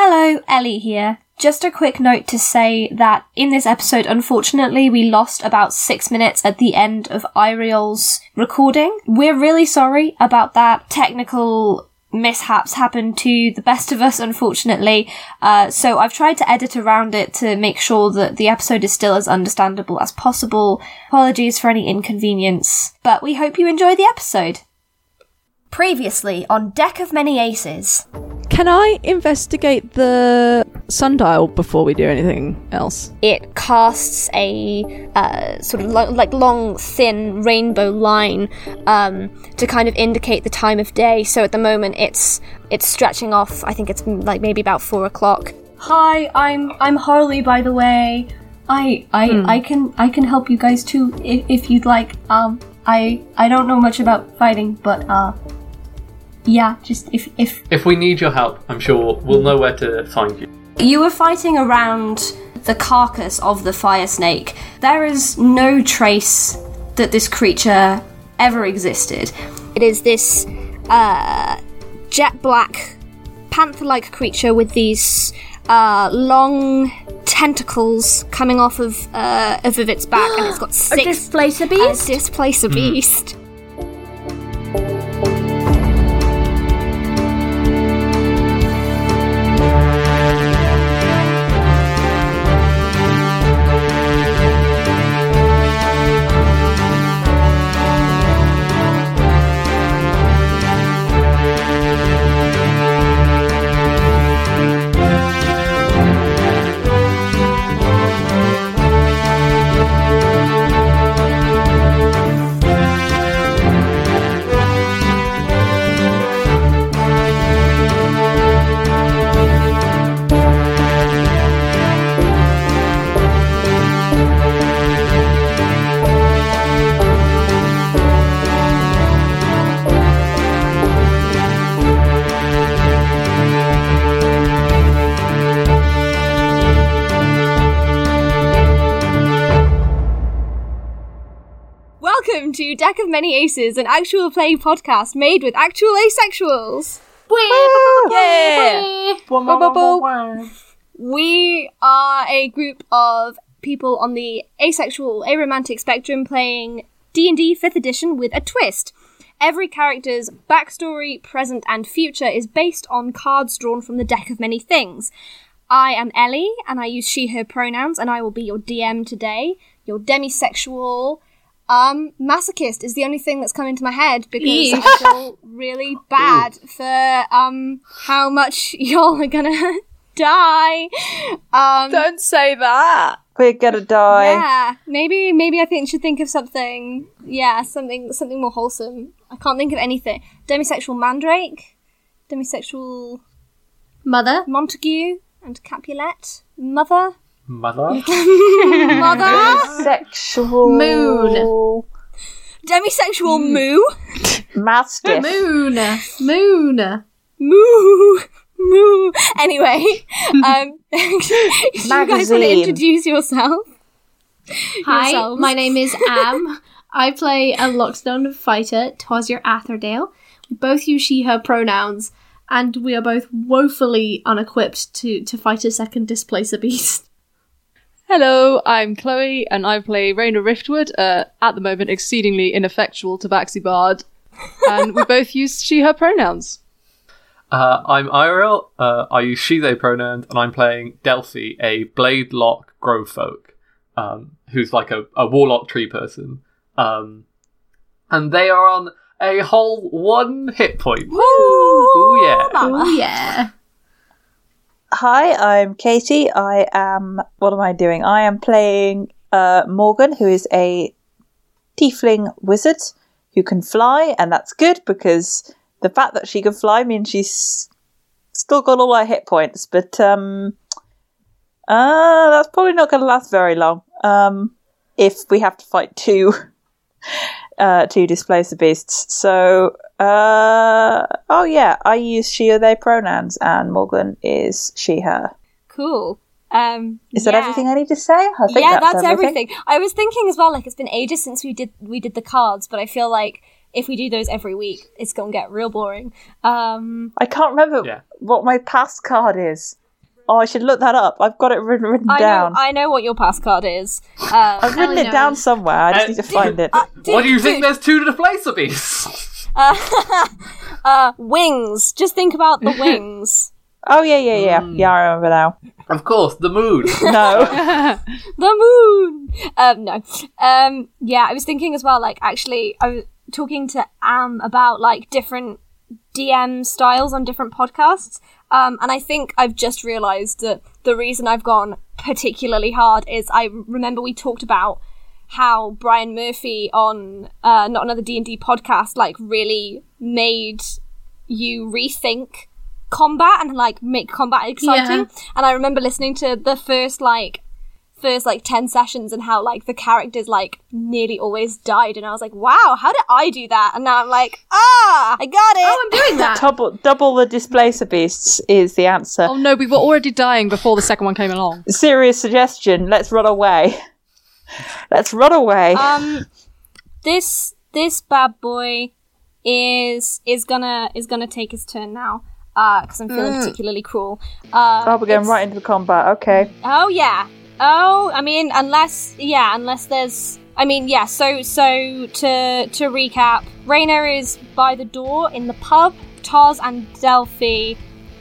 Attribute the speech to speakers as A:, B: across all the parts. A: Hello, Ellie here. Just a quick note to say that in this episode, unfortunately, we lost about six minutes at the end of Iriel's recording. We're really sorry about that. Technical mishaps happened to the best of us, unfortunately. Uh, so I've tried to edit around it to make sure that the episode is still as understandable as possible. Apologies for any inconvenience, but we hope you enjoy the episode. Previously on Deck of Many Aces.
B: Can I investigate the sundial before we do anything else?
A: it casts a uh, sort of lo- like long, thin rainbow line um, to kind of indicate the time of day. So at the moment, it's it's stretching off. I think it's mm, like maybe about four o'clock. Hi, I'm I'm Harley. By the way, I I I can I can help you guys too if, if you'd like. Um, I I don't know much about fighting, but uh, yeah, just if if
C: If we need your help, I'm sure we'll know where to find you.
A: You were fighting around the carcass of the fire snake. There is no trace that this creature ever existed. It is this uh, jet black, panther like creature with these uh, long tentacles coming off of, uh, of of its back, and it's got six.
D: Displacer
A: and
D: beast?
A: displace a beast. Welcome to Deck of Many Aces, an actual play podcast made with actual asexuals.
B: Yeah!
A: We are a group of people on the asexual, aromantic spectrum playing D&D 5th edition with a twist. Every character's backstory, present and future is based on cards drawn from the deck of many things. I am Ellie and I use she her pronouns and I will be your DM today, your demisexual um masochist is the only thing that's come into my head because I feel really bad for um how much y'all are gonna die. Um,
B: Don't say that!
E: We're gonna die.
A: yeah, maybe maybe I think should think of something. Yeah, something something more wholesome. I can't think of anything. Demisexual Mandrake, demisexual
D: Mother?
A: Montague and Capulet, Mother,
C: Mother?
A: Mother,
E: Sexual
D: Moon.
A: demisexual Moo,
E: mastiff.
D: Moon. Moon.
A: Moo, Moo. Anyway, um, you guys want to
E: Magazine.
A: introduce yourself?
D: Hi,
A: Yourselves.
D: my name is Am. I play a Loxdown fighter, Tosier Atherdale. We both use she, her pronouns, and we are both woefully unequipped to, to fight a second displacer beast.
B: Hello, I'm Chloe, and I play Raina Riftwood, uh, at the moment exceedingly ineffectual Tabaxi Bard, and we both use she, her pronouns.
C: Uh, I'm Irel. Uh, I use she, they pronouns, and I'm playing Delphi, a blade lock grove folk, um, who's like a, a warlock tree person. Um, and they are on a whole one hit point. Woo! Ooh, yeah.
D: Oh, yeah.
E: Hi, I'm Katie. I am. What am I doing? I am playing uh, Morgan, who is a tiefling wizard who can fly, and that's good because the fact that she can fly means she's still got all her hit points. But um, uh, that's probably not going to last very long. Um, if we have to fight two uh, to displace the beasts. So, uh, oh yeah, I use she or they pronouns, and Morgan is she her.
A: Cool. Um,
E: Is
A: yeah.
E: that everything I need to say? I think
A: yeah, that's, everything. I was thinking as well, like it's been ages since we did we did the cards, but I feel like if we do those every week, it's gonna get real boring. Um,
E: I can't remember
C: Yeah.
E: what my past card is. Oh, I should look that up. I've got it written, written
A: I know,
E: down.
A: I know what your passcard is. Uh,
E: I've written
D: Ellie
E: it down
D: knows.
E: somewhere. I just
C: Uh,
E: need to find it.
A: uh, dude,
C: Why do you think
A: dude,
C: there's two to the place of these?
A: uh, uh, wings. Just think about the wings.
E: Oh yeah, yeah, yeah,
C: Hmm.
E: yeah. I remember now.
C: of course, the moon.
E: No,
A: the moon. Um, no. Um, yeah, I was thinking as well. Like, actually, I was talking to Am about like different DM styles on different podcasts, um, and I think I've just realised that the reason I've gone particularly hard is I remember we talked about how Brian Murphy on uh, not another D and D podcast like really made you rethink combat and like make combat exciting. And I remember listening to the first like first like 10 sessions and how like the characters like nearly always died and i was like wow how did i do that and now i'm like ah i got it
D: Oh, I'm doing that.
E: double double the displacer beasts is the answer.
B: Oh no, we were already dying before the second one came along.
E: Serious suggestion. Let's run away. Let's run away.
A: um this this bad boy is is gonna is gonna take his turn now uh because i'm feeling
D: Mm.
A: particularly cruel uh
E: oh, we're going
A: it's-
E: right into the combat. Okay.
A: oh yeah oh i mean unless yeah unless there's i mean yeah so so to to recap Rainer is by the door in the pub tars and delphi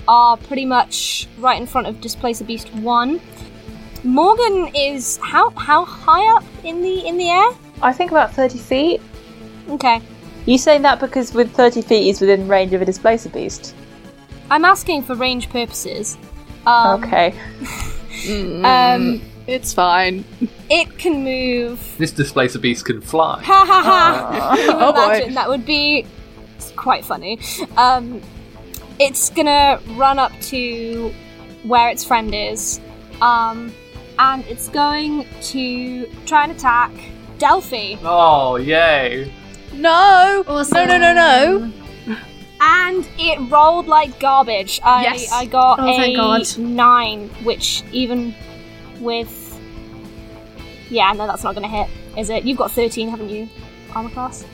A: are pretty much right in front of displacer beast 1 morgan is how how high up in the in the air
E: I think about thirty feet.
A: okay
E: You saying that because with thirty feet he's within range of a displacer beast?
A: I'm asking for range purposes. Um,
E: okay.
A: Um,
B: It's fine.
A: it can move.
C: this displacer beast can fly.
A: Ha ha ha! Can you
B: Oh, boy.
A: imagine? That would be quite funny. Um, it's gonna run up to where its friend is, um, and it's going to try and attack Delphi.
C: Oh, yay.
B: No!
D: Awesome.
B: No, no, no, no.
A: And it rolled like garbage. I,
B: Yes.
A: I got
D: Oh,
A: a
D: thank God.
A: nine, which even with. Yeah, no, that's not going to hit, is it? You've got 13, haven't you? Armor class?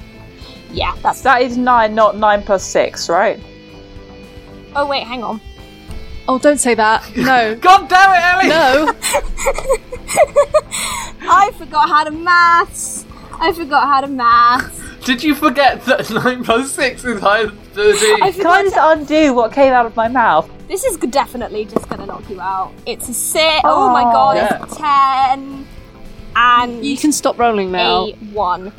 A: Yeah, that's.
E: That is nine, not nine plus six, right?
A: Oh, wait, hang on.
B: Oh, don't say that. No.
C: God damn it, Ellie!
B: No.
A: I forgot how to maths! I forgot how to maths.
C: Did you forget that 9 plus 6 is higher than
A: I
C: 13?
E: Can I
A: forgot.
E: just undo what came out of my mouth?
B: uh,
A: This is definitely just going to knock you out. It's a six. Oh, my
E: Oh.
A: god, it's a 10. And
B: You can stop rolling now.
A: a 1.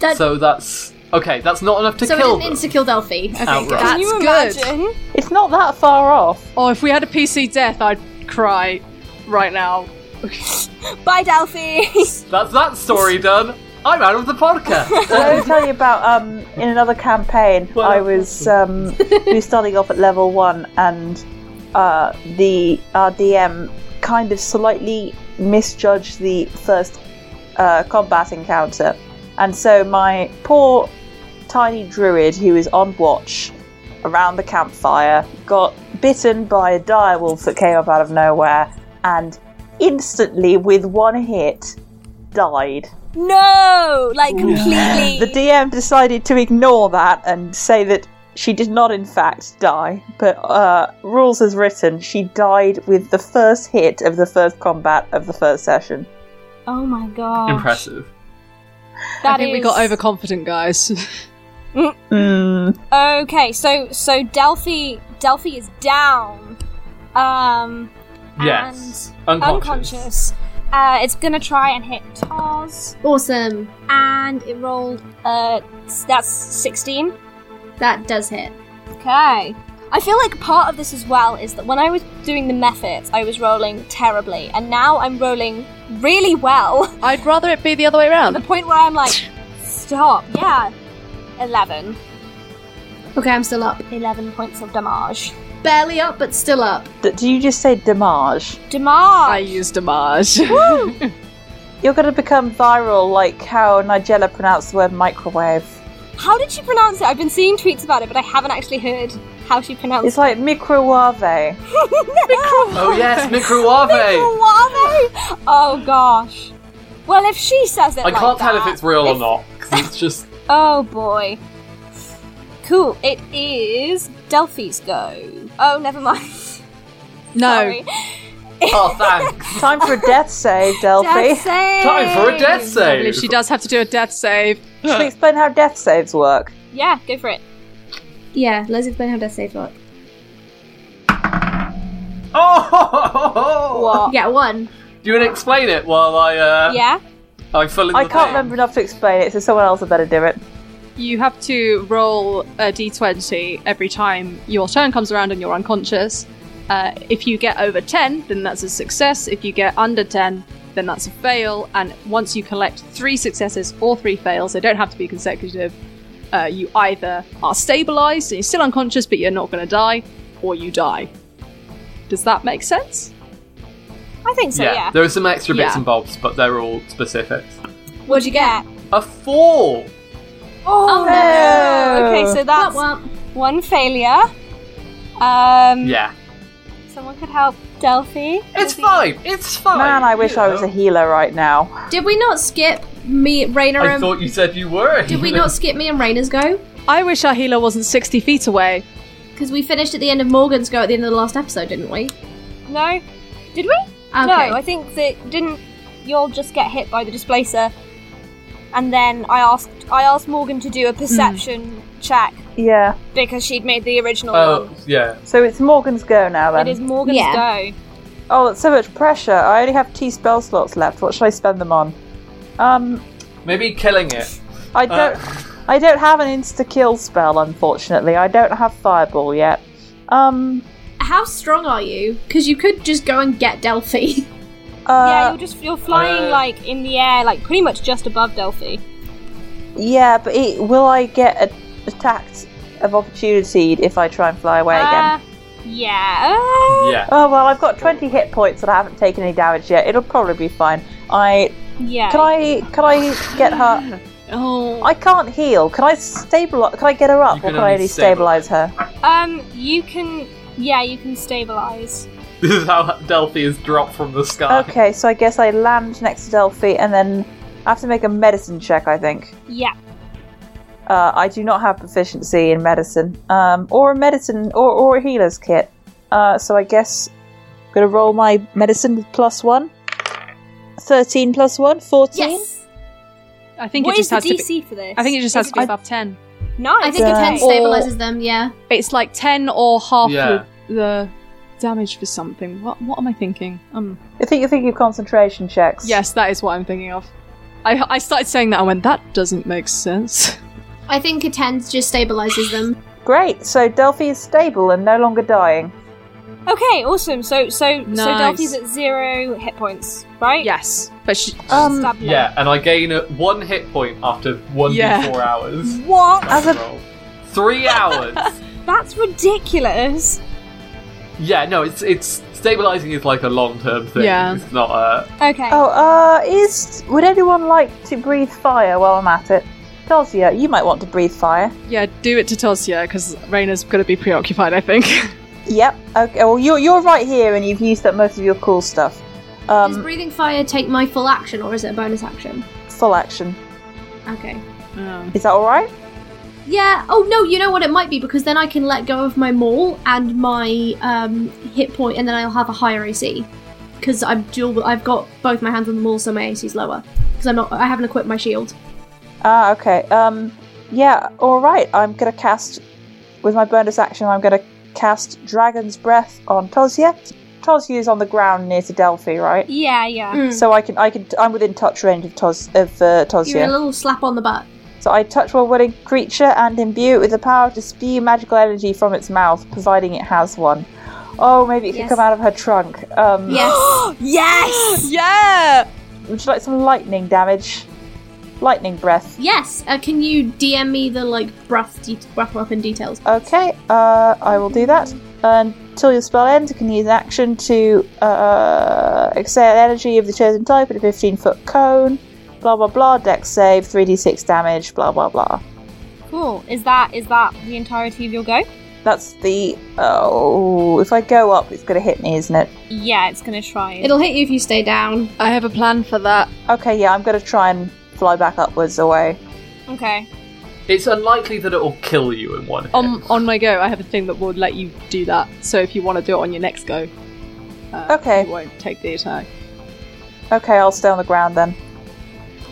D: That, so
C: So that's. Okay, that's not enough to
D: it
C: kill
D: didn't
C: them.
D: insta kill Delphi. Okay,
C: Outright.
D: good.
A: Can you
B: good.
A: imagine?
E: It's not that far off.
B: Oh, if we had a PC death, I'd cry right now.
A: Bye, Delphi!
C: That's that story done. I'm out of the podcast.
E: Let me tell you about um in another campaign
C: Well-
E: I was um we were starting off at level one and uh the our DM kind of slightly misjudged the first uh, combat encounter. And so my poor tiny druid who is on watch around the campfire got bitten by a direwolf that came up out of nowhere and instantly with one hit died.
A: No, like completely.
E: The DM decided to ignore that and say that she did not, in fact, die. But uh, rules as written, she died with the first hit of the first combat of the first session.
A: oh my god!
C: Impressive.
B: I think we got overconfident, guys.
E: Mm.
A: Okay, so so Delphi Delphi is down, um,
C: Yes.
A: and unconscious. Uh, it's gonna try and hit Tars,
D: Awesome.
A: and it rolled. Uh, s- that's sixteen.
D: That does hit.
A: Okay. I feel like part of this as well is that when I was doing the methods, I was rolling terribly, and now I'm rolling really well.
B: I'd rather it be the other way
A: the
B: around.
A: point where I'm like, stop. Yeah, eleven.
D: Okay, I'm still up.
A: 11 points of damage.
D: Barely up, but still up.
E: D- do you just say damage?
B: I
A: Damage!
B: used damage.
E: You're going to become viral like how Nigella pronounced the word microwave.
A: How did she pronounce it? I've been seeing tweets about it, but I haven't actually heard how she
E: It's
A: pronounced
E: like microwave.
A: it.
C: Oh, yes, microwave!
A: Microwave? Oh gosh. Well, if she says it
C: I
A: like
C: can't tell if
A: that-
C: it's real or not, 'cause it's just.
A: Oh boy. Cool. It is Delphi's go. Oh, never mind.
B: No.
A: Sorry.
C: Oh, thanks.
E: Time for a death save, Delphi.
A: Death save.
C: Time for a death
B: Lovely,
C: save.
B: She does have to do a death save.
E: Should we explain how death saves work?
A: Yeah, go for it.
D: Yeah, let's explain how death save work.
C: Oh,
E: What?
D: Yeah, one.
C: do you want to explain it while I uh,
A: Yeah.
C: I fill in?
E: I
C: the
E: can't
C: blank?
E: remember enough to explain it, so someone else had better do it.
B: You have to roll a d20 every time your turn comes around and you're unconscious. Uh, if you get over 10, then that's a success. If you get under 10, then that's a fail. And once you collect three successes or three fails, they don't have to be consecutive. Uh, you either are stabilized, so you're still unconscious, but you're not going to die, or you die. Does that make sense?
A: I think so,
C: yeah.
A: yeah.
C: there are some extra bits
B: Yeah.
C: and bobs, but they're all specifics.
A: What'd you get?
C: A four.
A: Oh,
E: no.
A: Okay, so that's
D: Womp womp.
A: one failure. Um,
C: Yeah,
A: Someone could help Delphi.
C: it's
A: Maybe.
C: fine. It's fine.
E: Man, I wish
C: you
E: I was a
C: know.
E: healer right now.
D: Did we not skip me, Rainer,
C: I
D: and.
C: thought you said you were. a
D: Did we
C: healer.
D: not skip me and Rainer's go?
B: I wish our healer wasn't 60 feet away.
D: Because we finished at the end of Morgan's go at the end of the last episode, didn't we?
A: No? Did we?
D: Okay.
A: No, I think that didn't you all just get hit by the displacer? And then I asked I asked Morgan to do a perception check
E: Yeah.
A: because she'd made the original
C: Oh,
A: one.
C: yeah.
E: So it's Morgan's go now then.
A: It is Morgan's
D: Yeah.
A: go.
E: Oh, that's so much pressure. I only have two spell slots left. What should I spend them on? Um,
C: Maybe killing it. Uh,
E: I don't. I don't have an insta kill spell, unfortunately. I don't have fireball yet. Um,
D: How strong are you? Because you could just go and get Delphi.
A: yeah,
E: uh,
A: you're just you're flying
C: uh,
A: like in the air, like pretty much just above Delphi.
E: yeah, but it, will I get a, attacked of opportunity if I try and fly away
A: Uh,
E: again?
A: yeah. Uh,
C: Yeah.
E: Oh well, I've got twenty hit points and I haven't taken any damage yet. It'll probably be fine. I
A: Yeah.
E: can I can I get her?
B: Oh.
E: I can't heal. Can I stabilize? Can I get her up,
C: You
E: or
C: can
E: can I
C: only
E: only stabilize her?
A: Um, you can. Yeah, you can stabilize.
C: This is how Delphi is dropped from the sky.
E: Okay, so I guess I land next to Delphi, and then I have to make a medicine check. I think.
A: Yeah.
E: Uh, I do not have proficiency in medicine, um, or a medicine, or, or a healer's kit. Uh, so I guess I'm going to roll my medicine with plus one. 13 plus one, 14.
D: Yes!
B: I think
A: What
B: it
A: is
B: just
A: the
B: has to
A: DC
B: be.
A: for this?
B: I think it just Uh, has to be
E: I-
B: above 10.
A: nice.
D: I think
E: Yeah.
D: a 10 stabilizes them, yeah.
B: It's like ten or half
C: Yeah.
B: the, the damage for something. What what am I thinking? Um,
E: I think you think of concentration checks.
B: yes, that is what I'm thinking of. I I started saying that and went, that doesn't make sense.
D: I think a 10 just stabilizes them.
E: Great, so Delphi is stable and no longer dying.
A: Okay, awesome. So, so, so
B: Nice.
A: Delphi's at zero hit points, right?
B: yes, but she,
E: Um,
A: Stab them.
C: Yeah, and I gain uh, one hit point after one
B: Yeah.
C: d four hours.
A: What?
E: As a-
C: Roll. three hours.
A: That's ridiculous.
C: yeah, no, it's it's stabilizing is like a long term thing.
B: Yeah.
C: It's not a
A: Okay.
E: Oh, uh, is. Would anyone like to breathe fire while I'm at it? Dosia, you might want to breathe fire.
B: yeah, do it to Tosia because Raina's gonna be preoccupied. I think.
E: Yep, okay, well, you're, you're right here and you've used up most of your cool stuff.
D: Does
E: Um,
D: breathing fire take my full action or is it a bonus action?
E: full action.
D: Okay.
B: Um,
E: Is that alright?
D: Yeah. Oh no, you know what it might be because then I can let go of my maul and my um, hit point, and then I'll have a higher AC because I'm dual. I've got both my hands on the maul, so my AC is lower because I'm not. I haven't equipped my shield.
E: Ah, okay. Um, yeah. All right. I'm gonna cast with my bonus action. I'm gonna cast Dragon's Breath on Tosia. Tosia is on the ground near to Delphi, right?
A: yeah, yeah.
E: So I can, I can, I'm within touch range of Tos of uh,
D: Mm. You're a
E: Tosia.
D: little slap on the butt.
E: So I touch while willing creature and imbue it with the power to spew magical energy from its mouth, providing it has one. Oh, maybe it can
D: Yes.
E: come out of her trunk. Um,
D: Yes.
A: yes.
B: yeah.
E: Would you like some lightning damage? Lightning breath.
D: yes. Uh, can you DM me the like breath de- breath weapon details?
E: Okay, uh, I will do that. Until your spell ends, you can use an action to uh, exhale energy of the chosen type in a 15 foot cone. Blah blah blah. Dex save, 3d6 damage. Blah blah blah.
A: Cool. Is that is that the entirety of your go?
E: That's the. Oh, if I go up, it's going to hit me, isn't it?
A: Yeah, it's gonna try.
D: It'll hit you if you stay down.
B: I have a plan for that.
E: Okay, yeah, I'm going to try and fly back upwards away.
A: Okay.
C: it's unlikely that it'll kill you in one hit.
D: Um,
B: On on my go, I have a thing that will let you do that. So if you want to do it on your next go, Uh,
E: Okay.
B: You won't take the attack.
E: Okay, I'll stay on the ground then.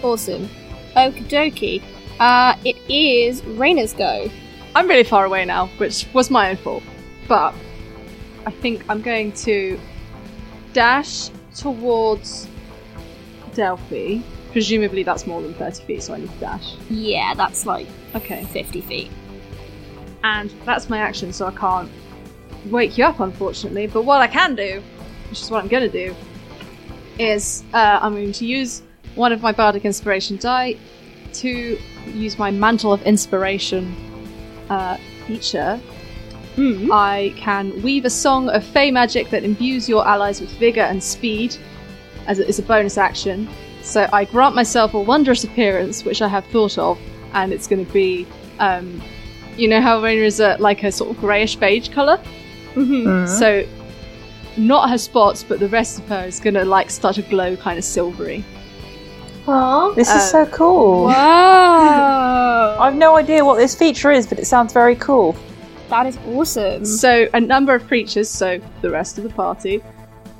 A: Awesome. Okie dokie. Uh, it is Raina's go.
B: I'm really far away now, which was my own fault. But I think I'm going to dash towards Delphi. Presumably that's more than 30 feet, so I need to dash.
A: Yeah, that's like
B: Okay.
A: 50 feet.
B: And that's my action, so I can't wake you up, unfortunately. But what I can do, which is what I'm going to do, is uh, I'm going to use one of my bardic inspiration die to use my mantle of inspiration uh, feature. I can weave a song of fey magic that imbues your allies with vigor and speed, as it is a bonus action. So I grant myself a wondrous appearance, which I have thought of, and it's going to be, um, you know, how Raina is a, like a sort of greyish beige color.
E: Mm-hmm.
A: Mhm.
D: Uh-huh.
B: So not her spots, but the rest of her is going to like start to glow, kind of silvery.
D: Aww.
E: This is
B: Uh,
E: so cool.
A: Wow!
E: I've no idea what this feature is, but it sounds very cool.
A: that is
D: Mm-hmm.
A: awesome.
B: So a number of creatures, so the rest of the party,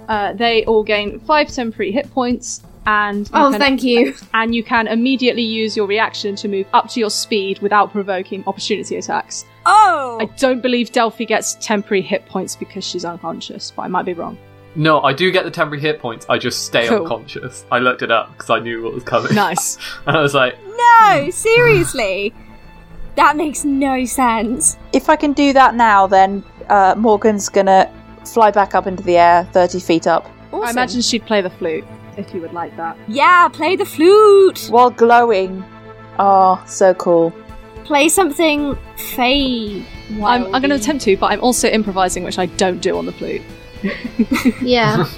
B: uh, they all gain five temporary hit points. And you
D: Oh,
B: can
D: thank you.
B: and you can immediately use your reaction to move up to your speed without provoking opportunity attacks.
A: Oh!
B: I don't believe Delphi gets temporary hit points because she's unconscious, but I might be wrong.
C: No, I do get the temporary hit points. I just stay
B: Cool.
C: unconscious. I looked it up because I knew what was coming.
B: Nice.
C: and I was like,
A: no, seriously! that makes no sense.
E: If I can do that now, then uh, Morgan's gonna fly back up into the air, 30 feet up,
A: Awesome.
B: I imagine she'd play the flute if you would like that.
A: Yeah, play the flute!
E: while glowing. Ah, so cool.
A: Play something fey.
B: I'm, I'm going to attempt to, but I'm also improvising, which I don't do on the flute.
D: Yeah.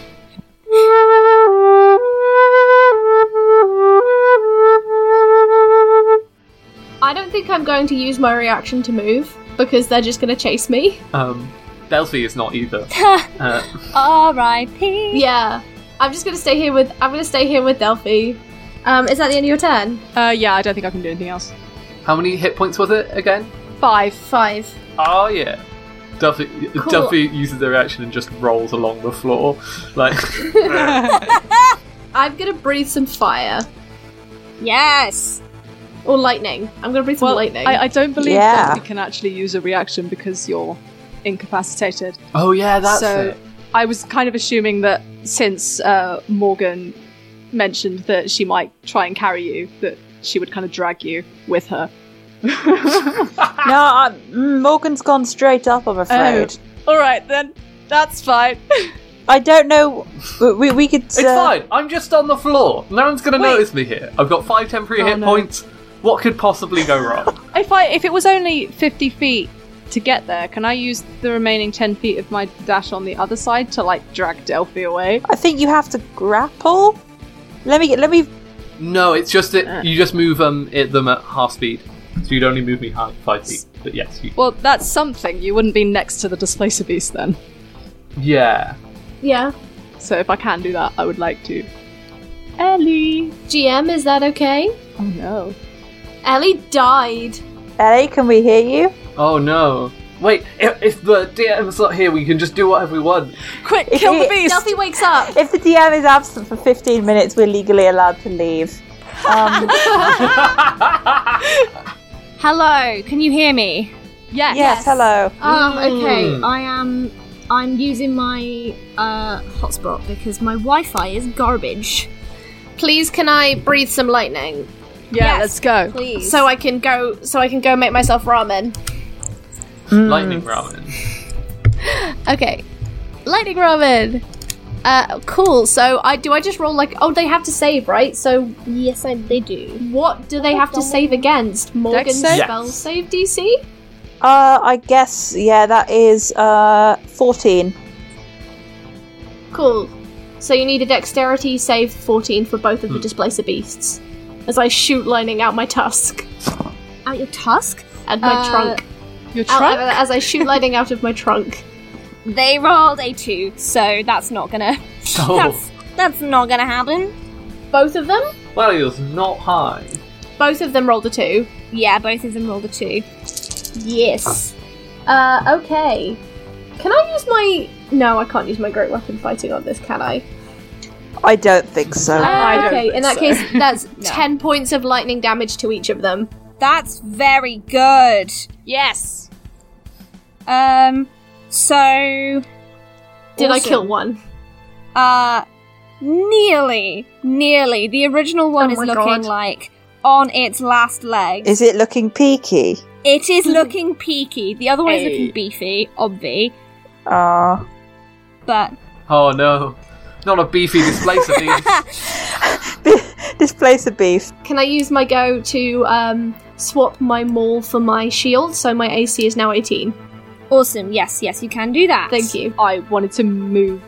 D: I don't think I'm going to use my reaction to move because they're just going to chase me.
C: um, Delphi is not either. Uh,
A: R.I.P.
D: Yeah. I'm just going to stay here with I'm going to stay here with Delphi. Um, is that the end of your turn?
B: Uh, yeah, I don't think I can do anything else.
C: how many hit points was it again?
B: Five.
D: Five.
C: Oh yeah. Duffy
D: Cool.
C: Duffy uses the reaction and just rolls along the floor. Like
D: I'm going to breathe some fire
A: Yes!
D: or lightning. I'm going to breathe some
B: Well,
D: lightning.
B: I, I don't believe
E: Yeah.
B: Delphi can actually use a reaction because you're incapacitated.
C: Oh yeah, that's
B: so
C: it.
B: I was kind of assuming that since uh, Morgan mentioned that she might try and carry you, that she would kind of drag you with her.
E: No, i mm, Morgan's gone straight up, I'm afraid.
B: All right, then that's fine.
E: I don't know. but We, we could. uh,
C: It's fine. I'm just on the floor. No one's gonna
B: Wait.
C: notice me here. I've got five temporary
B: Oh,
C: hit
B: no.
C: points. What could possibly go wrong?
B: if I if it was only fifty feet to get there, can I use the remaining ten feet of my dash on the other side to like drag Delphi away?
E: I think you have to grapple. Let me. Let me.
C: no, it's just
B: Ah.
C: that you just move um at them at half speed. So you'd only move me half five feet. But yes, you
B: Well, that's something. You wouldn't be next to the displacer beast then.
C: Yeah.
D: yeah.
B: So if I can do that, I would like to. Ellie.
D: GM, is that okay?
B: Oh no.
D: Ellie died.
E: Ellie, can we hear you?
C: Oh no. Wait, if, if the DM's not here, we can just do whatever we want.
B: Quick,
E: If
B: kill the
E: it-
B: beast.
D: Delphi wakes up.
E: If the DM is absent for 15 minutes, we're legally allowed to leave. Um,
A: Hello, can you hear me?
B: Yes.
E: yes, hello.
A: Ah, okay.
C: Mm.
A: I am. I'm using my uh, hotspot because my Wi-Fi is garbage.
D: Please can I breathe some lightning
B: Yeah,
A: Yes.
B: let's go.
A: Please.
D: so I can go so I can go make myself ramen?
C: Lightning ramen.
D: Okay. Lightning ramen. Uh, cool. So I do I just roll like oh they have to save right? So
A: yes, I, they do.
D: what do they have to save against? Morgan's
B: save?
D: spell
C: Yes.
D: save DC?
E: Uh, I guess, yeah, that is uh, 14.
D: Cool. So you need a dexterity save 14 for both of
B: Hmm.
D: the displacer beasts. As I shoot lightning out my tusk
A: Out your tusk.
D: and my
A: Uh,
D: trunk.
B: Your
D: Out-
B: trunk?
D: as I shoot lightning out of my trunk.
A: They rolled a two, so that's not gonna.
C: Oh.
A: That's that's not gonna happen.
D: Both of them?
C: Well, it was not high.
D: Both of them rolled a 2.
A: Yeah, both of them rolled a two. Yes.
D: Uh, okay. Can I use my? No, I can't use my great weapon fighting on this, can I?
E: I don't think so.
D: Uh,
B: I don't
D: okay,
B: think
D: in that
B: so.
D: case, that's ten points of lightning damage to each of them.
A: That's very good.
B: Yes.
A: Um, so
D: Did I
A: Awesome.
D: kill one?
A: uh, nearly, nearly. The original one
D: Oh
A: is
D: my
A: looking
D: God.
A: like on its last legs.
E: Is it looking peaky?
A: It is looking peaky. The other one is
B: Mm-hmm. Hey.
A: looking beefy, obvi.
E: Ah,
A: But
C: Oh no, not a beefy displacer beast.
E: this place of beef.
D: Can I use my go to um, swap my maul for my shield? So my AC is now 18.
A: awesome. Yes, yes, you can do that.
D: Thank you.
B: I wanted to move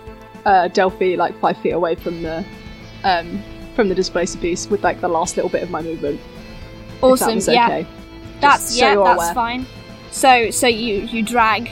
B: uh, Delphi like five feet away from the um, from the displacer beast with like the last little bit of my movement.
A: Awesome.
B: If that was
A: yeah,
B: okay.
A: that's
B: Just so
A: yeah,
B: you're
A: that's
B: aware.
A: fine. So so you you drag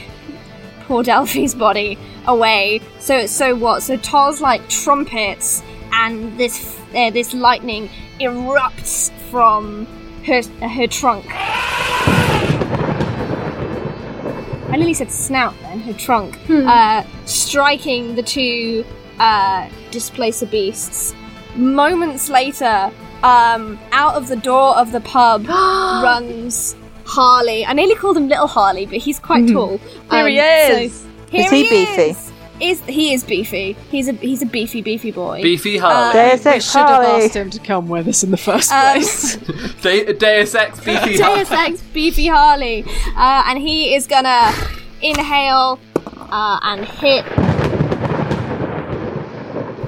A: poor Delphi's body away. So so what? So Tar's like trumpets, and this uh, this lightning erupts from her her trunk. I nearly said snout then, her trunk, uh, striking the two uh, displacer beasts. Moments later, um, out of the door of the pub runs Harley. I nearly called him Little Harley, but he's quite tall.
B: Hmm. Here he
A: Um, so
B: is.
A: here
E: Is he beefy?
A: Is. Is- he is beefy? He's a he's a beefy beefy boy.
C: beefy Harley.
E: There's
B: we
E: a
B: should have
E: Harley.
B: asked him to come with us in the first
A: Um,
B: place.
C: De- Deus Ex beefy Harley.
A: Deus um, Ex Beefy Harley, uh, and he is gonna inhale uh, and hit,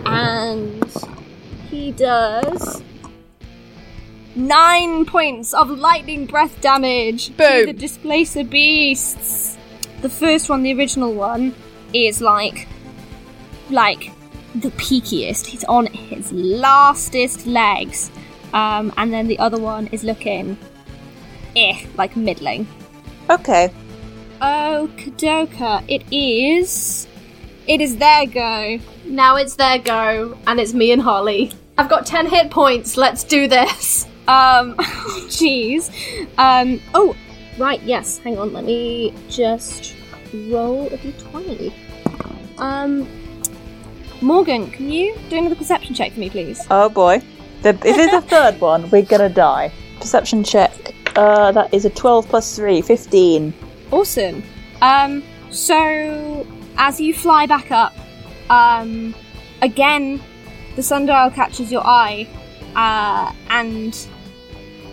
A: and he does nine points of lightning breath damage to
B: Boom.
A: the displacer beasts. The first one, the original one, is like, like the peakiest. He's on his lastest legs. Um, and then the other one is looking eh, like middling.
E: Okay.
A: Oh, Kadoka, it is. It is their go.
D: Now it's their go, and it's me and Harley. I've got 10 hit points. Let's do this.
A: Um, jeez. Um, oh, right, yes. Hang on, let me just roll a d20. Um, Morgan, can you do another perception check for me, please?
E: Oh boy. The, if it's the third one, we're gonna die. Perception check. Uh, that is a 12 plus 3, 15.
A: Awesome. Um, so as you fly back up, um, again, the sundial catches your eye, uh, and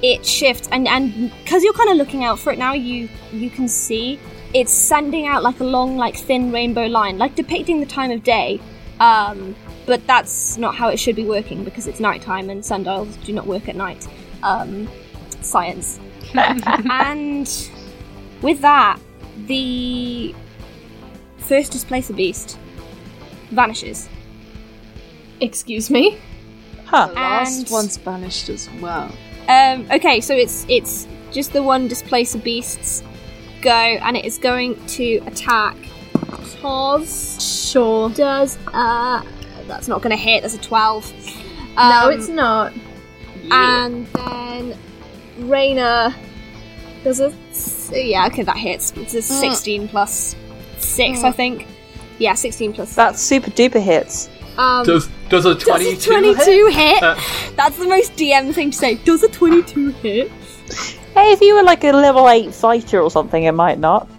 A: it shifts. And and because you're kind of looking out for it now, you you can see it's sending out like a long, like thin rainbow line, like depicting the time of day. Um, but that's not how it should be working because it's nighttime and sundials do not work at night. Um, science. and with that, the first displacer beast vanishes.
D: Excuse me.
E: Huh.
B: the last
A: and-
B: one's vanished as well.
A: Um, okay, so it's it's just the one displacer beast's go, and it is going to attack Toz.
D: Sure.
A: Does uh, that's not going to hit. That's a twelve.
D: no,
A: Um,
D: it's not.
A: And then Raina does a s- yeah. Okay, that hits. It's
D: Mm.
A: a sixteen plus six, I think. Yeah, sixteen plus.
E: That's super duper hits.
A: Um,
C: Does does a
A: Does
C: twenty
A: a
C: two?
A: 22 hit?
C: Uh,
A: That's the most DM thing to say. Does a 22 hit?
E: Hey, if you were like a level 8 fighter or something, it might not.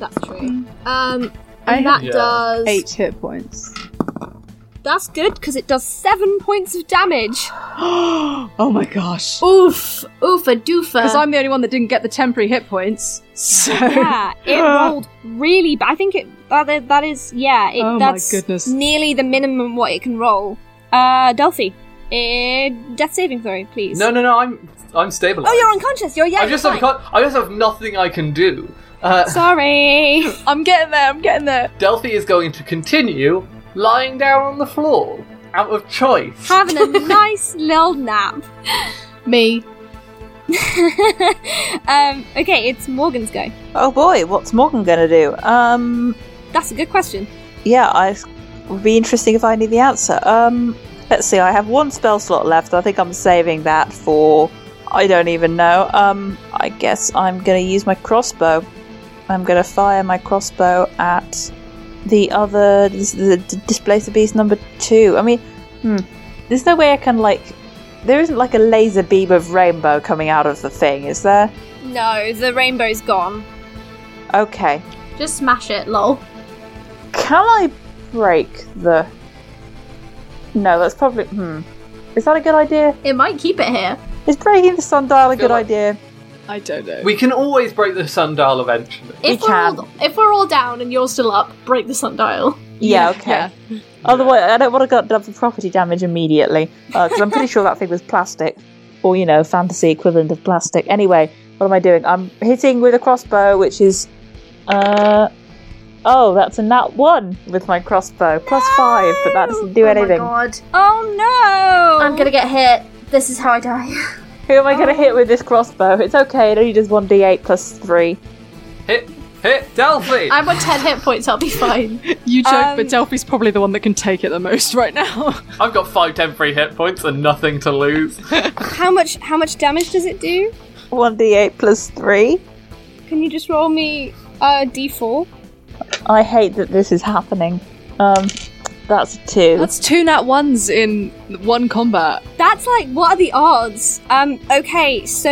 A: That's true. Um,
B: I
A: and that
C: Yeah.
A: does.
B: Eight hit points.
A: That's good because it does seven points of damage.
B: Oh my gosh.
D: Oof. Oofa doofa.
B: Because I'm the only one that didn't get the temporary hit points. So
A: Yeah, it rolled really. But I think it that is, that is yeah. It,
B: Oh my
A: that's
B: goodness.
A: nearly the minimum what it can roll. Uh, Delphi, eh, death saving throw, please.
C: no, no, no. I'm I'm stabilized.
A: Oh, you're unconscious. You're yeah.
C: I
A: you're
C: just
A: fine.
C: have con- I just have nothing I can do. Uh,
A: Sorry.
B: I'm getting there, I'm getting there.
C: Delphi is going to continue lying down on the floor out of choice.
A: Having a nice little nap.
D: me.
A: Um, okay, it's Morgan's go.
E: Oh boy, what's Morgan gonna do? Um,
A: That's a good question.
E: yeah, I it would be interesting if I knew the answer. Um, let's see, I have one spell slot left. I think I'm saving that for I don't even know. Um, I guess I'm gonna use my crossbow. I'm going to fire my crossbow at the other this, the d- displacer beast number two. I mean, hmm, there's no way I can like. There isn't like a laser beam of rainbow coming out of the thing, is there?
A: No, the rainbow's gone.
E: Okay.
D: Just smash it, lol.
E: Can I break the? No, that's probably. Hmm. Is that a good idea?
D: It might keep it here.
E: Is breaking the sundial a good
C: like-
E: idea?
B: I don't know.
C: We can always break the sundial eventually.
D: If
E: We
D: are
E: can.
D: all if we're all down and you're still up, break the sundial.
E: Yeah. okay. Otherwise, I don't want to get done for property damage immediately because I'm pretty sure that thing was plastic, or you know, fantasy equivalent of plastic. Anyway, what am I doing? I'm hitting with a crossbow, which is, uh, oh, that's a nat one with my crossbow, plus five, but that doesn't do anything.
D: Oh god.
A: Oh no!
F: I'm gonna get hit. This is how I die.
E: Who am I going to hit with this crossbow? It's okay. It only does one d8 plus three.
C: Hit, hit, Delphi!
D: I'm on ten hit points, I'll be fine.
B: You joke,
A: Um,
B: but Delphi's probably the one that can take it the most right now.
C: I've got five temporary hit points and nothing to lose.
A: How much? How much damage does it do?
E: One d8 plus three.
A: Can you just roll me uh, a d4?
E: I hate that this is happening. Um, that's a two.
B: That's two nat ones in one combat.
A: That's like, what are the odds? Um, okay, so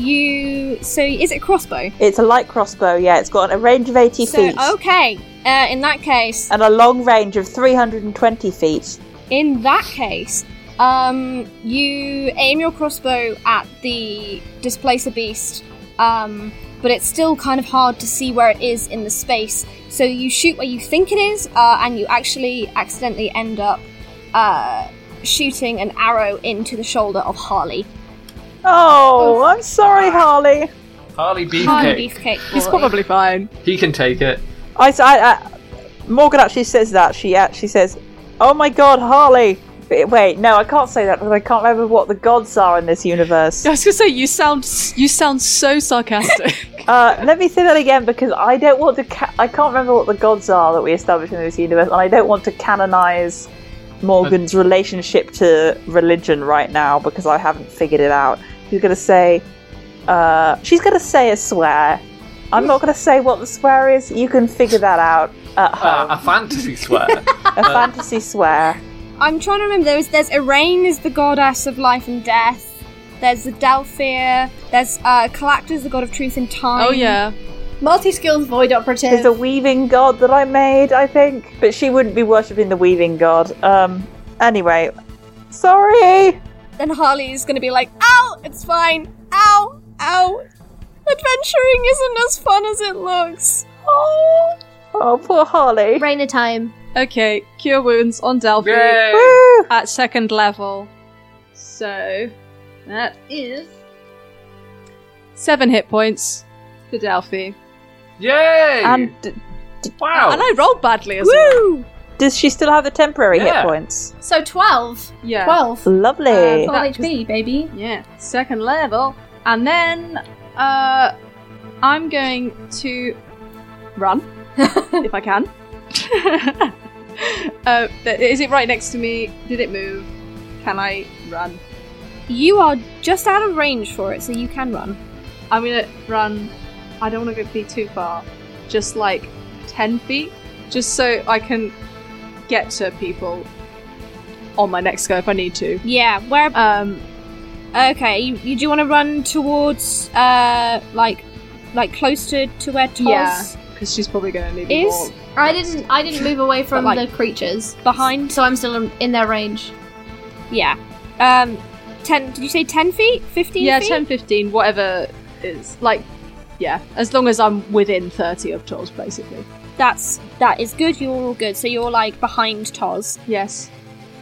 A: you, so is it crossbow?
E: It's a light crossbow. Yeah, it's got a range of 80
A: So
E: feet.
A: okay, uh, in that case,
E: and a long range of 320 feet.
A: in that case, um, you aim your crossbow at the displacer beast, um, but it's still kind of hard to see where it is in the space. So you shoot where you think it is, uh, and you actually accidentally end up uh, shooting an arrow into the shoulder of Harley.
E: Oh, I'm sorry, Harley.
C: Harley
A: Harley
C: Beefcake.
A: Beefcake.
B: He's
A: Wally.
B: probably fine.
C: He can take it.
E: I, s- I- I- Morgan actually says that. She actually says, "Oh my God, Harley." But Wait, no, I can't say that because I can't remember what the gods are in this universe.
B: I was gonna say you sound s- you sound so sarcastic.
E: Uh, let me say that again because I don't want to. Ca- I can't remember what the gods are that we established in this universe, and I don't want to canonize Morgan's relationship to religion right now because I haven't figured it out. She's gonna say, uh, she's gonna say a swear. I'm not gonna say what the swear is. You can figure that out at
C: Uh,
E: home.
C: a fantasy swear.
E: a fantasy swear.
A: I'm trying to remember. There's there's Irene is the goddess of life and death. There's the Delphia. There's uh, Galactus, the god of truth and time.
B: oh yeah,
D: Multi skilled void
E: There's
D: operative.
E: a weaving god that I made, I think, but she wouldn't be worshipping the weaving god. Um. Anyway, sorry.
A: Then Harley is gonna be like, "Ow, it's fine. Ow, ow. Adventuring isn't as fun as it looks."
E: Oh, oh poor Harley.
F: Rainer time.
B: okay. Cure wounds on Delphi
C: Yay!
E: Woo!
B: at second level. So that is seven hit points to Delphi,
C: Yay!
E: And d-
C: wow!
B: and I rolled badly as well.
A: Woo!
E: does she still have the temporary
C: Yeah.
E: hit points?
D: so twelve.
B: Yeah.
D: Twelve.
E: Lovely.
D: Uh, full
B: That-
D: HP, baby.
B: Yeah, second level. And then uh I'm going to run if I can. uh, but is it right next to me? Did it move? Can I run?
A: You are just out of range for it, so you can run.
B: I'm gonna run. I don't want to be too far. Just like 10 feet, just so I can get to people on my next go if I need to.
A: Yeah. Where?
B: Um,
A: Okay. You, you do want to run towards uh like like close to to where Toz
B: yeah, because she's probably gonna need me
A: Is-
B: more.
D: I didn't I didn't move away from
A: like-
D: the creatures.
A: behind.
D: So I'm still in- in their range.
A: Yeah. Um, ten. Did you say ten feet? Fifteen?
B: yeah
A: feet?
B: 10 15 whatever is like yeah as long as i'm within 30 of tools basically
A: That's that is good. You're all good. So you're like behind Toz.
B: yes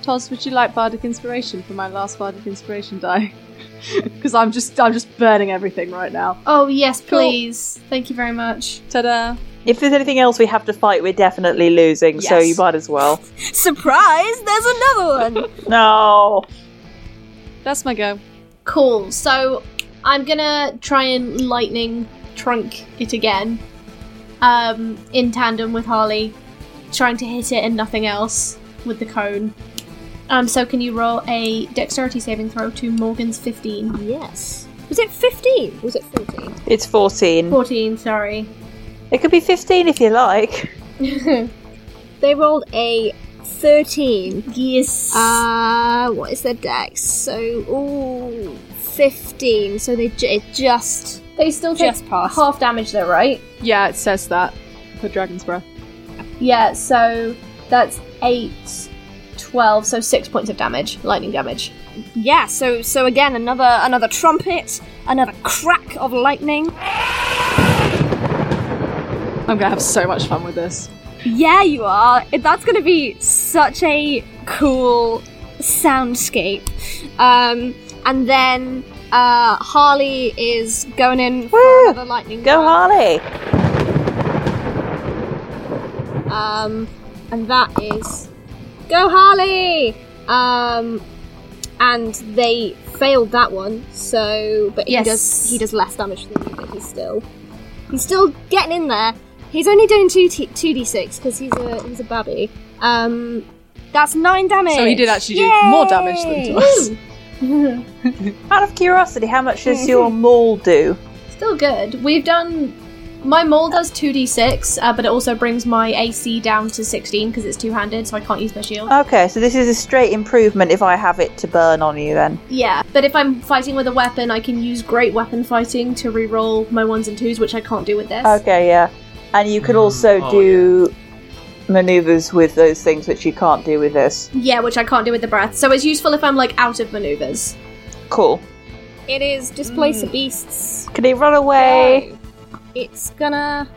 B: Tos, would you like bardic inspiration for my last bardic inspiration die because i'm just i'm just burning everything right now
D: Oh yes, please. Thank you very much.
B: ta-da
E: if there's anything else we have to fight, we're definitely losing, so
B: Yes.
E: you might as well.
A: Surprise! There's another one.
E: No.
B: that's my go
D: Cool. So I'm gonna try and lightning trunk it again. Um, in tandem with Harley, trying to hit it and nothing else with the cone. Um, so can you roll a dexterity saving throw to Morgan's 15?
A: yes. Was it fifteen? Was it fourteen?
E: It's 14.
D: 14, sorry.
E: It could be 15 if you like.
A: They rolled a 13.
F: Yes.
A: Uh, what is their dex? So, ooh, 15. So they j- it just
D: They still take
A: just passed.
D: half damage though, right?
B: Yeah, it says that for Dragon's Breath.
D: Yeah, so that's 8, 12, so 6 points of damage, lightning damage.
A: Yeah. So so again, another another trumpet, another crack of lightning.
B: I'm gonna have so much fun with this.
A: Yeah, you are. That's going to be such a cool soundscape. Um, and then uh, Harley is going in for
E: Woo!
A: another lightning
E: Go
A: round.
E: Harley!
A: Um, and that is go Harley. Um, and they failed that one. So, but
D: Yes.
A: he does he does less damage than you, but he's still he's still getting in there. He's only doing two t- two d six because he's a he's a babby. Um, that's nine damage.
B: So he did actually do more damage than to
A: Yay!
B: us.
E: Out of curiosity, how much does your maul do?
D: Still good. We've done. My mole does 2d6, uh, but it also brings my AC down to 16 because it's two handed, so I can't use my shield.
E: Okay, so this is a straight improvement if I have it to burn on you then.
D: Yeah, but if I'm fighting with a weapon, I can use great weapon fighting to reroll my ones and twos, which I can't do with this.
E: Okay, yeah. And you can also
C: oh,
E: do maneuvers with those things which you can't do with this.
D: Yeah, which I can't do with the breath. So it's useful if I'm like out of maneuvers.
E: Cool.
A: It is displace
B: Mm.
A: the beasts.
E: Can he run away?
A: It's gonna.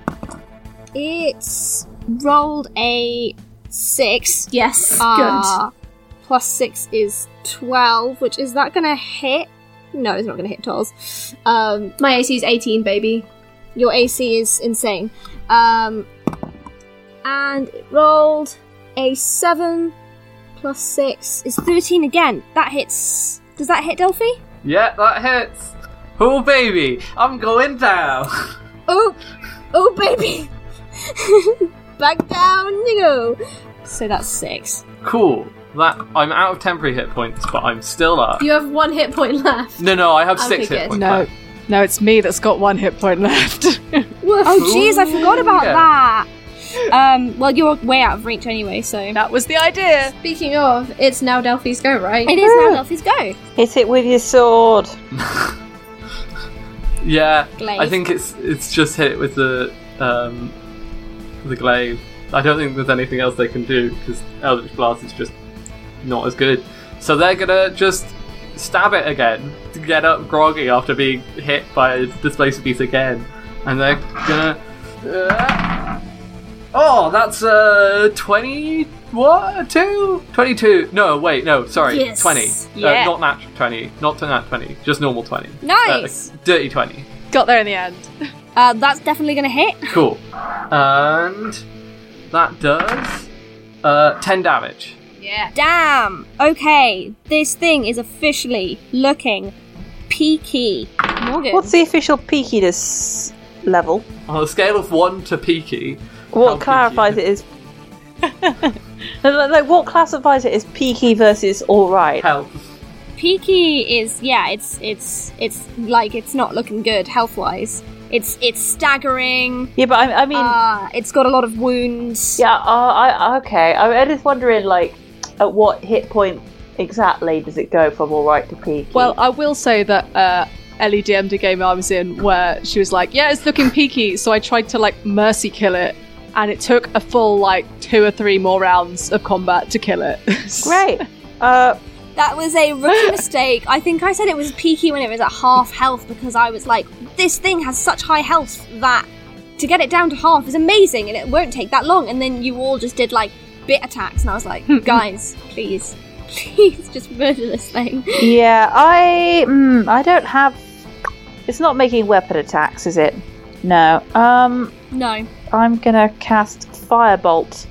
A: It's rolled a six.
D: Yes,
A: Ah, Plus six is twelve, which is that gonna hit? No, it's not gonna hit Tolls. Um,
D: good. My AC is 18, baby.
A: your AC is insane. Um, and it rolled a seven plus six is thirteen again. That hits. Does that hit Delphi?
C: Yeah, that hits. Oh baby, I'm going down.
A: Oh, oh baby, back down you go. So that's six.
C: cool. That I'm out of temporary hit points, but I'm still up.
D: You have one hit point left.
C: No, no, I have
D: Okay,
C: six
D: good.
C: hit points.
B: No,
C: left.
B: no, it's me that's got one hit point left.
A: Oh jeez, I forgot about
C: yeah.
A: that. Um, well, you're way out of reach anyway, so it
B: that was the idea.
D: Speaking of, it's now Delphi's go, right?
A: is now Delphi's go.
E: Hit it with your sword.
C: Yeah,
A: Glaive.
C: I think it's it's just hit with the um, the glaive. I don't think there's anything else they can do because Eldritch Blast is just not as good. So they're gonna just stab it again to get up groggy after being hit by a displaced beast again, and they're gonna. Uh, oh, that's uh twenty. What? Two? 22. No, wait, no, sorry.
A: Yes.
C: 20.
B: Yeah.
C: Uh, not natural 20. Not nat 20. Just normal 20.
A: Nice.
C: Uh, dirty 20.
B: Got there in the end.
A: Uh, that's definitely gonna hit.
C: Cool. And that does uh, 10 damage.
A: Damn. Okay, this thing is officially looking peaky. Morgan.
E: What's the official peakiness level?
C: On a scale of 1 to peaky, How
E: What
C: peaky
E: clarifies
C: is
E: it is. No, no, no, what classifies it as peaky versus alright?
C: health.
A: peaky is yeah. It's it's it's like it's not looking good health wise. It's it's staggering.
E: Yeah, but I, I mean,
A: Uh, it's got a lot of wounds.
E: yeah, uh, I, okay. I, I'm just wondering, like, at what hit point exactly does it go from alright to peaky?
B: Well, I will say that uh, Ellie DM'd a game I was in where she was like, "Yeah, it's looking peaky," so I tried to like mercy kill it, and it took a full like two or three more rounds of combat to kill it.
E: great. Uh,
A: That was a rookie mistake. I think I said it was peaky when it was at half health because I was like, this thing has such high health that to get it down to half is amazing and it won't take that long. And then you all just did like bit attacks, and I was like, guys, please, please just murder this thing.
E: yeah, I, mm, I don't have. It's not making weapon attacks, is it? No. Um,
A: No.
E: I'm gonna cast firebolt.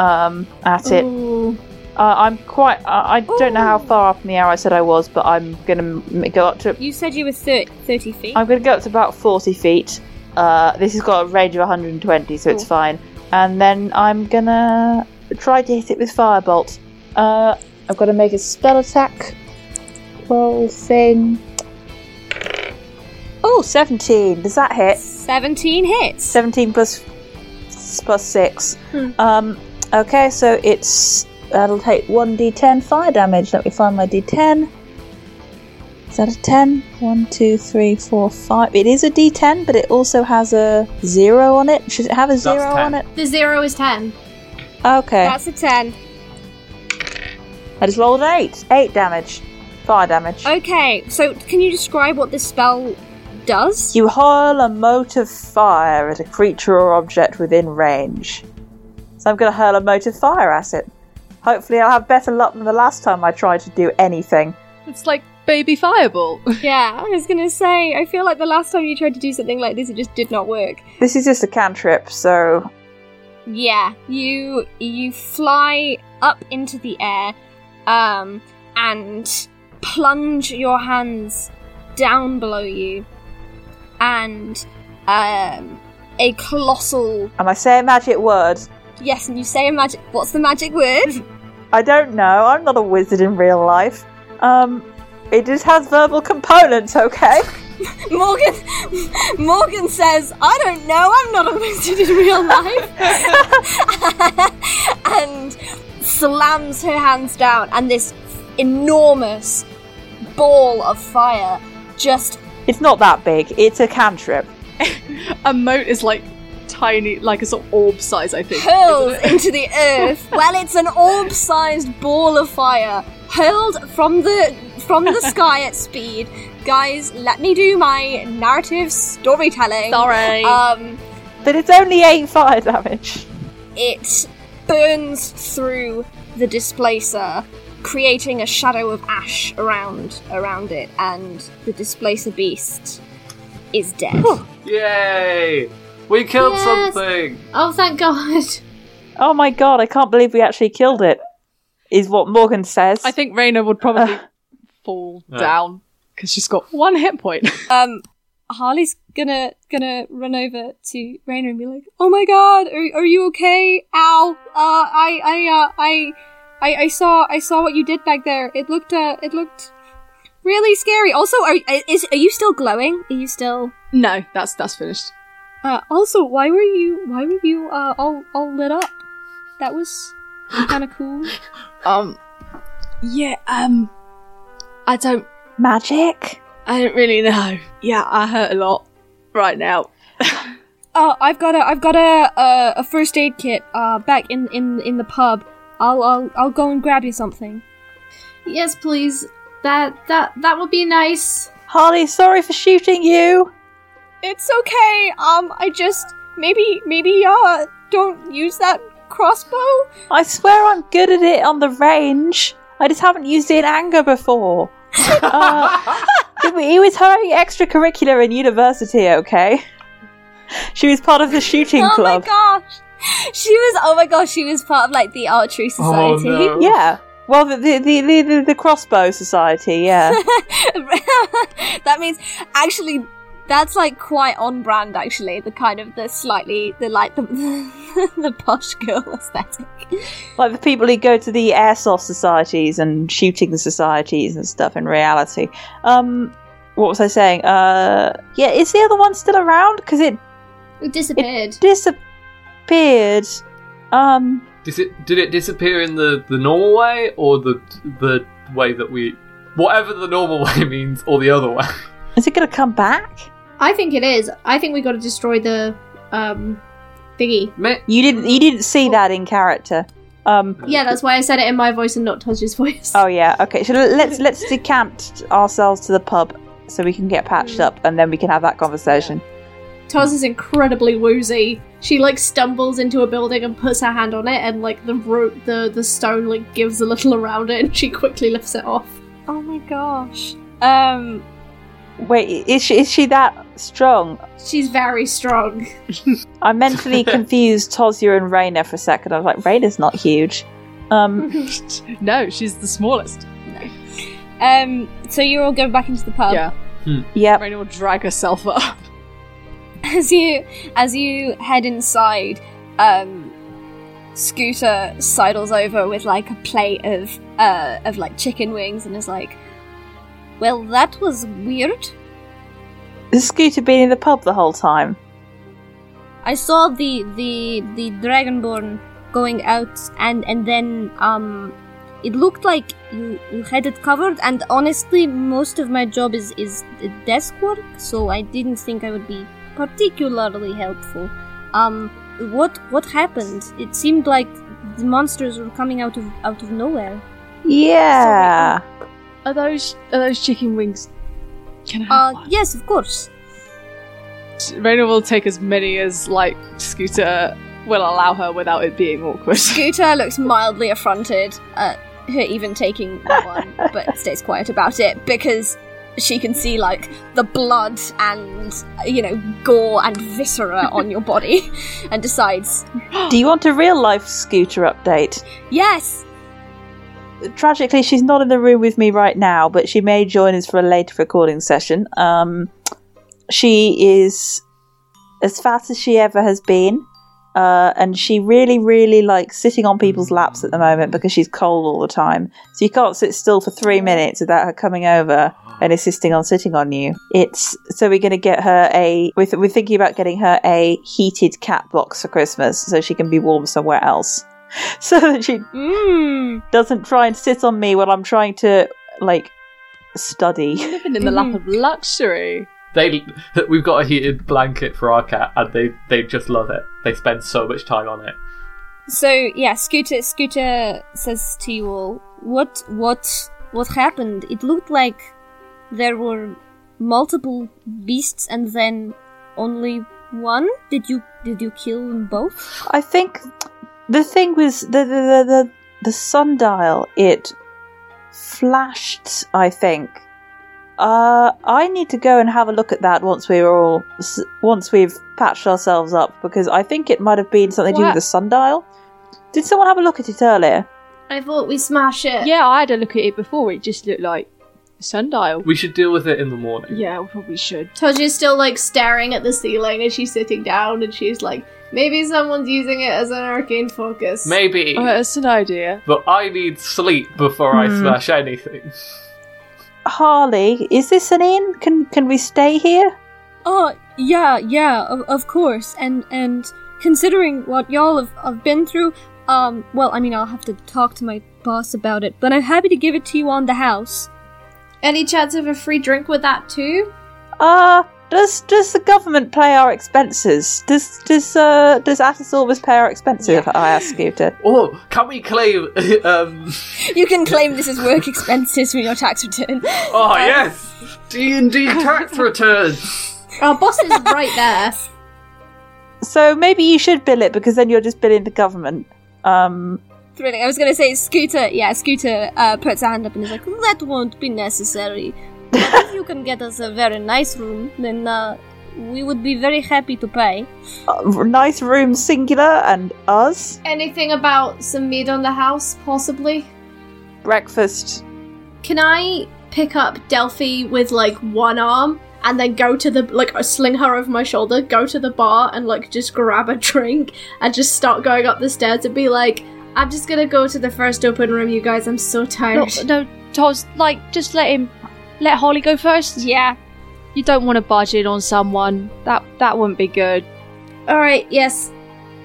E: Um, at it.
D: Ooh.
E: Uh, I'm quite. I I don't know how far up in the air I said I was, but I'm gonna m- go up to.
A: You said you were thir- 30 feet.
E: I'm gonna go up to about forty feet. Uh, this has got a range of 120, so it's fine. And then I'm gonna try to hit it with firebolt. Uh, I've got to make a spell attack roll thing. Oh, 17. Does that hit?
A: 17 hits.
E: 17 plus plus 6. Um, okay, so it's that'll take 1d10 fire damage. Let me find my d10. Is that a 10? 1, 2, 3, 4, 5. It is a d10, but it also has a 0 on it. Should it have a 0 on
C: 10.
E: it?
D: The zero is ten.
E: Okay.
A: That's a 10.
E: I just rolled an 8. 8 damage. Fire damage.
A: Okay, so can you describe what this spell does?
E: You hurl a mote of fire at a creature or object within range. So I'm going to hurl a mote of fire at it. Hopefully, I'll have better luck than the last time I tried to do anything.
B: It's like baby fireball.
A: yeah, I was gonna say, I feel like the last time you tried to do something like this, it just did not work.
E: This is just a cantrip, so
A: Yeah, you you fly up into the air, um, and plunge your hands down below you, and um, a colossal
E: and I say a magic word.
A: yes, and you say a magic. What's the magic word?
E: I don't know. I'm not a wizard in real life. Um, it just has verbal components, okay?
A: Morgan Morgan says, I don't know, I'm not a wizard in real life. and slams her hands down, and this enormous ball of fire just.
E: It's not that big. It's a cantrip.
B: a moat is like tiny, like a sort of orb size, I think.
A: Hurled
B: isn't it?
A: into the earth. Well, it's an orb-sized ball of fire hurled from the from the sky at speed. Guys, let me do my narrative storytelling.
B: Sorry.
A: Um,
E: But it's only 8 fire damage.
A: it burns through the displacer, creating a shadow of ash around around it, and the displacer beast is dead.
C: Yay! We killed
D: Yes.
C: something.
D: Oh, thank God.
E: Oh my god, I can't believe we actually killed it, is what Morgan says.
B: I think Raina would probably fall down
C: Yeah.
B: down because she's got one hit point.
A: um, Harley's gonna gonna run over to Rainer and be like, "Oh my god, are, are you okay? Ow! Uh, I I uh, I." I, I saw I saw what you did back there. It looked uh, it looked really scary. Also, are is are you still glowing? Are you still
B: no, that's that's finished.
A: Uh, also, why were you why were you uh, all all lit up? That was kind of cool.
B: Um, yeah. Um, I don't,
E: Magic?
B: I don't really know. Yeah, I hurt a lot right now.
A: Oh, I've got a I've got a a, a first aid kit uh, back in, in in the pub. I'll I'll I'll go and grab you something.
D: Yes, please. That that that would be nice.
E: Harley, sorry for shooting you.
A: It's okay. Um, I just maybe maybe uh don't use that crossbow.
E: I swear I'm good at it on the range. I just haven't used it in anger before. Uh, he was her extracurricular in university, okay? She was part of the shooting
A: Oh my
E: club.
A: gosh, she was oh my gosh, she was part of like the archery
D: Oh,
A: society.
C: Oh, no.
E: Yeah. Well, the the, the, the, the the crossbow society, yeah.
A: that means actually that's like quite on brand actually the kind of the slightly the like the, the posh girl aesthetic
E: like the people who go to the airsoft societies and shooting societies and stuff in reality. Um, what was I saying? Uh, yeah, is the other one still around? Because it
D: It disappeared.
E: disappeared. Um,
C: Does it did it disappear in the the normal way or the the way that we whatever the normal way means or the other way?
E: is it going to come back?
D: I think it is. I think we got to destroy the um thingy.
C: Meh.
E: You didn't. You didn't see that in character. Um.
D: Yeah, that's why I said it in my voice and not Todge's voice.
E: Oh yeah. Okay. So let's let's decant ourselves to the pub so we can get patched up and then we can have that conversation.
D: Toz is incredibly woozy. She like stumbles into a building and puts her hand on it, and like the rope, the the stone like gives a little around it, and she quickly lifts it off.
A: oh my gosh um
E: Wait, is she is she that strong?
D: She's very strong.
E: I mentally confused Tozia and Raina for a second. I was like, Raina's not huge. Um.
B: no, she's the smallest.
A: um so you're all going back into the pub
B: yeah,
E: Yep.
B: Raina will drag herself up.
A: as you as you head inside um scooter sidles over with like a plate of uh of like chicken wings and is like well that was weird
E: Has Scooter been in the pub the whole time?
A: I saw the the the dragonborn going out, and and then um, it looked like you you had it covered. And honestly, most of my job is is desk work, so I didn't think I would be particularly helpful. Um, what what happened? It seemed like the monsters were coming out of out of nowhere.
E: Yeah.
B: Are those are those chicken wings? Can I have
A: Uh, yes, of course.
B: one? Raina will take as many as like Scooter will allow her without it being awkward.
A: Scooter looks mildly affronted at her even taking one, but stays quiet about it because she can see like the blood and you know gore and viscera on your body, and decides
E: Do you want a real life scooter update?
A: yes.
E: Tragically, she's not in the room with me right now, but she may join us for a later recording session. Um, she is as fast as she ever has been, uh, and she really, really likes sitting on people's laps at the moment because she's cold all the time. So you can't sit still for three minutes without her coming over and insisting on sitting on you. It's so we're going to get her a. We're, th- we're thinking about getting her a heated cat box for Christmas so she can be warm somewhere else. So that she
A: Mm.
E: doesn't try and sit on me while I'm trying to like study.
B: Living in the lap of luxury.
C: They we've got a heated blanket for our cat, and they they just love it. They spend so much time on it.
A: So yeah, Scooter Scooter says to you all, what what what happened? It looked like there were multiple beasts and then only one. Did you did you kill them both?
E: I think the thing was the the the, the, the sundial it flashed. I think. Uh, I need to go and have a look at that once we're all s- once we've patched ourselves up because I think it might have been something to do with
B: What?
E: the sundial. Did someone have a look at it earlier?
D: I thought we smash it.
B: Yeah, I had a look at it before. It just looked like a sundial.
C: We should deal with it in the morning.
B: Yeah, we probably should.
D: Toji's still like staring at the ceiling as she's sitting down, and she's like, maybe someone's using it as an arcane focus.
C: Maybe,
B: Oh, that's an idea.
C: but I need sleep before I
E: Hmm.
C: smash anything.
E: Harley, is this an inn? Can can we stay here?
A: Oh yeah, yeah, of, of course. And and considering what y'all have, have been through, um, well, I mean, I'll have to talk to my boss about it, but I'm happy to give it to you on the house.
D: Any chance of a free drink with that too?
E: Uh does does the government pay our expenses? Does does uh does Attis always pay our expenses? I asked Scooter.
C: Oh, can we claim? um,
A: You can claim this is work expenses from your tax return.
C: oh yes, D and D tax returns.
D: Our boss is right there.
E: So maybe you should bill it because then you're just billing the government. Um
A: Thrilling. I was gonna say Scooter. Yeah, Scooter uh, puts her hand up and is like, "That won't be necessary. But if you can get us a very nice room, then uh, we would be very happy to pay."
E: uh, nice room singular and us
D: Anything about some meat on the house, possibly?
E: breakfast.
D: Can I pick up Delphi with like one arm and then go to the like sling her over my shoulder, go to the bar and like just grab a drink and just start going up the stairs and be like, I'm just gonna go to the first open room, you guys. I'm so
B: No,
D: tired.
B: no, Toz, like, just let him, let Holly go first.
A: Yeah,
B: You don't want to budge in on someone. That that wouldn't be good.
D: All right, yes,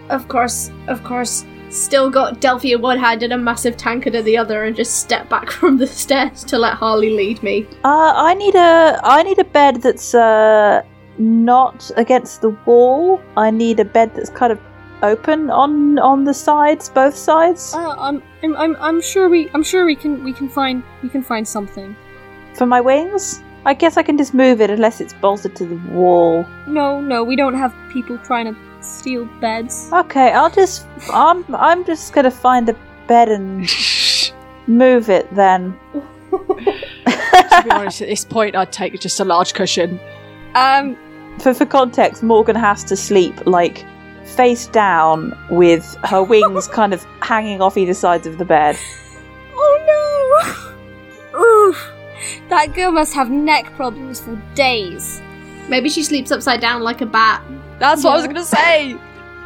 D: of course, of course. Still got Delphi in one hand and a massive tankard in the other, and just step back from the stairs to let Harley lead me.
E: Uh I need a I need a bed that's uh not against the wall. I need a bed that's kind of open on on the sides, both sides.
A: Uh, I'm, I'm, I'm, I'm sure we, I'm sure we can, we can find, we can find something.
E: For my wings? I guess I can just move it unless it's bolted to the wall.
A: No, no, we don't have people trying to steal beds.
E: Okay, I'll just I'm I'm just gonna find a bed and move it then.
B: To be honest, at this point, I'd take just a large cushion.
A: Um,
E: for for context, Morgan has to sleep like face down with her wings kind of hanging off either sides of the bed.
A: oh no, oof, that girl must have neck problems for days.
D: Maybe she sleeps upside down like a bat.
B: That's what I was gonna say.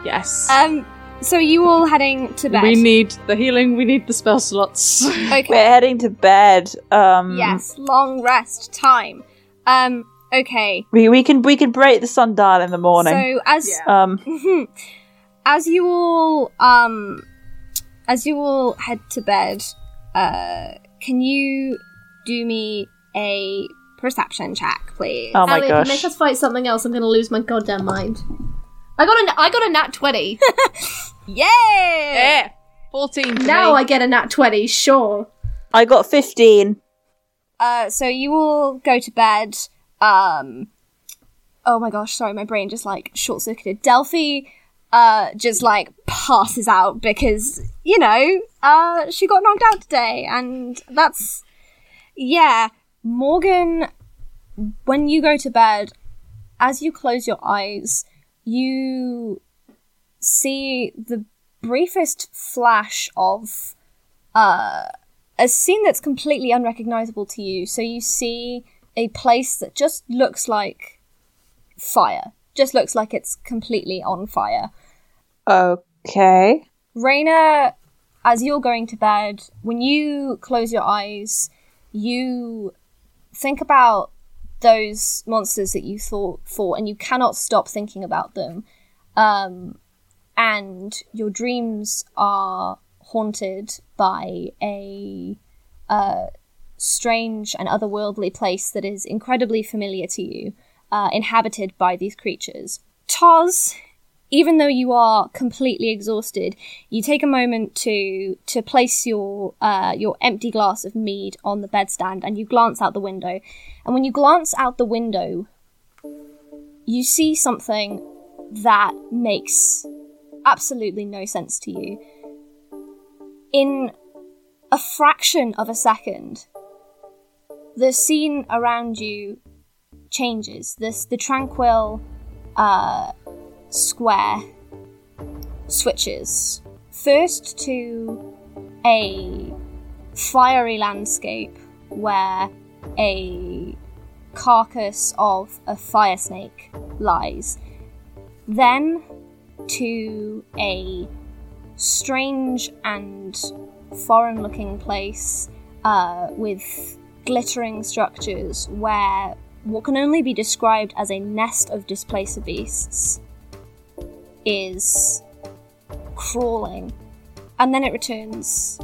B: Yes.
A: Um, so you all heading to bed?
B: we need the healing. We need the spell slots.
A: okay.
E: We're heading to bed. Um
A: Yes, long rest time. Um, Okay.
E: We, we can we can break the sundial in the morning.
A: So as
B: Yeah.
E: um,
A: as you all um as you all head to bed, uh can you do me a perception check, please?
E: oh my
D: Ellie, if you
E: gosh.
D: make us fight something else, I'm gonna lose my goddamn mind. I got a I got a nat twenty.
A: Yay!
B: Yeah. 14. to
D: now
B: me.
D: I get a nat twenty. Sure.
E: I got 15.
A: Uh, so you all go to bed. Um, oh my gosh, sorry, my brain just like short circuited. Delphi uh, just like passes out because, you know, uh, she got knocked out today. And that's, yeah. Morgan, when you go to bed, as you close your eyes, you see the briefest flash of a scene that's completely unrecognizable to you. So you see a place that just looks like fire, just looks like it's completely on fire.
E: Okay.
A: Raina, as you're going to bed, when you close your eyes, you think about those monsters that you thought for, and you cannot stop thinking about them. Um, and your dreams are haunted by a uh, strange and otherworldly place that is incredibly familiar to you, uh, inhabited by these creatures. Toz, even though you are completely exhausted, you take a moment to to place your uh, your empty glass of mead on the bedstand, and you glance out the window. And when you glance out the window, you see something that makes absolutely no sense to you. In a fraction of a second, the scene around you changes. This the tranquil. Uh, square switches first to a fiery landscape where a carcass of a fire snake lies, then to a strange and foreign looking place uh, with glittering structures where what can only be described as a nest of displacer beasts is crawling. And then it returns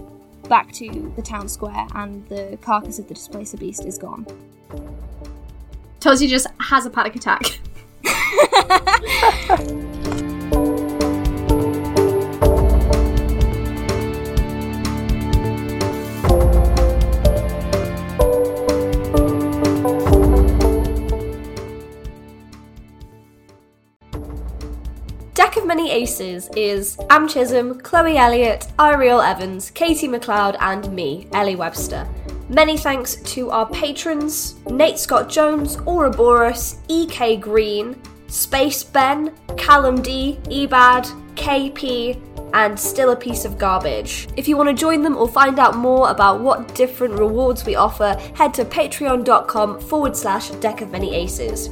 A: back to the town square, and the carcass of the displacer beast is gone.
D: Tozy just has a panic attack.
G: Deck of Many Aces is Am Chisholm, Chloe Elliott, Ariel Evans, Katie McLeod, and me, Ellie Webster. Many thanks to our patrons Nate Scott Jones, Ouroboros, EK Green, Space Ben, Callum D, Ebad, KP, and Still a Piece of Garbage. If you want to join them or find out more about what different rewards we offer, head to patreon.com forward slash deck of many aces.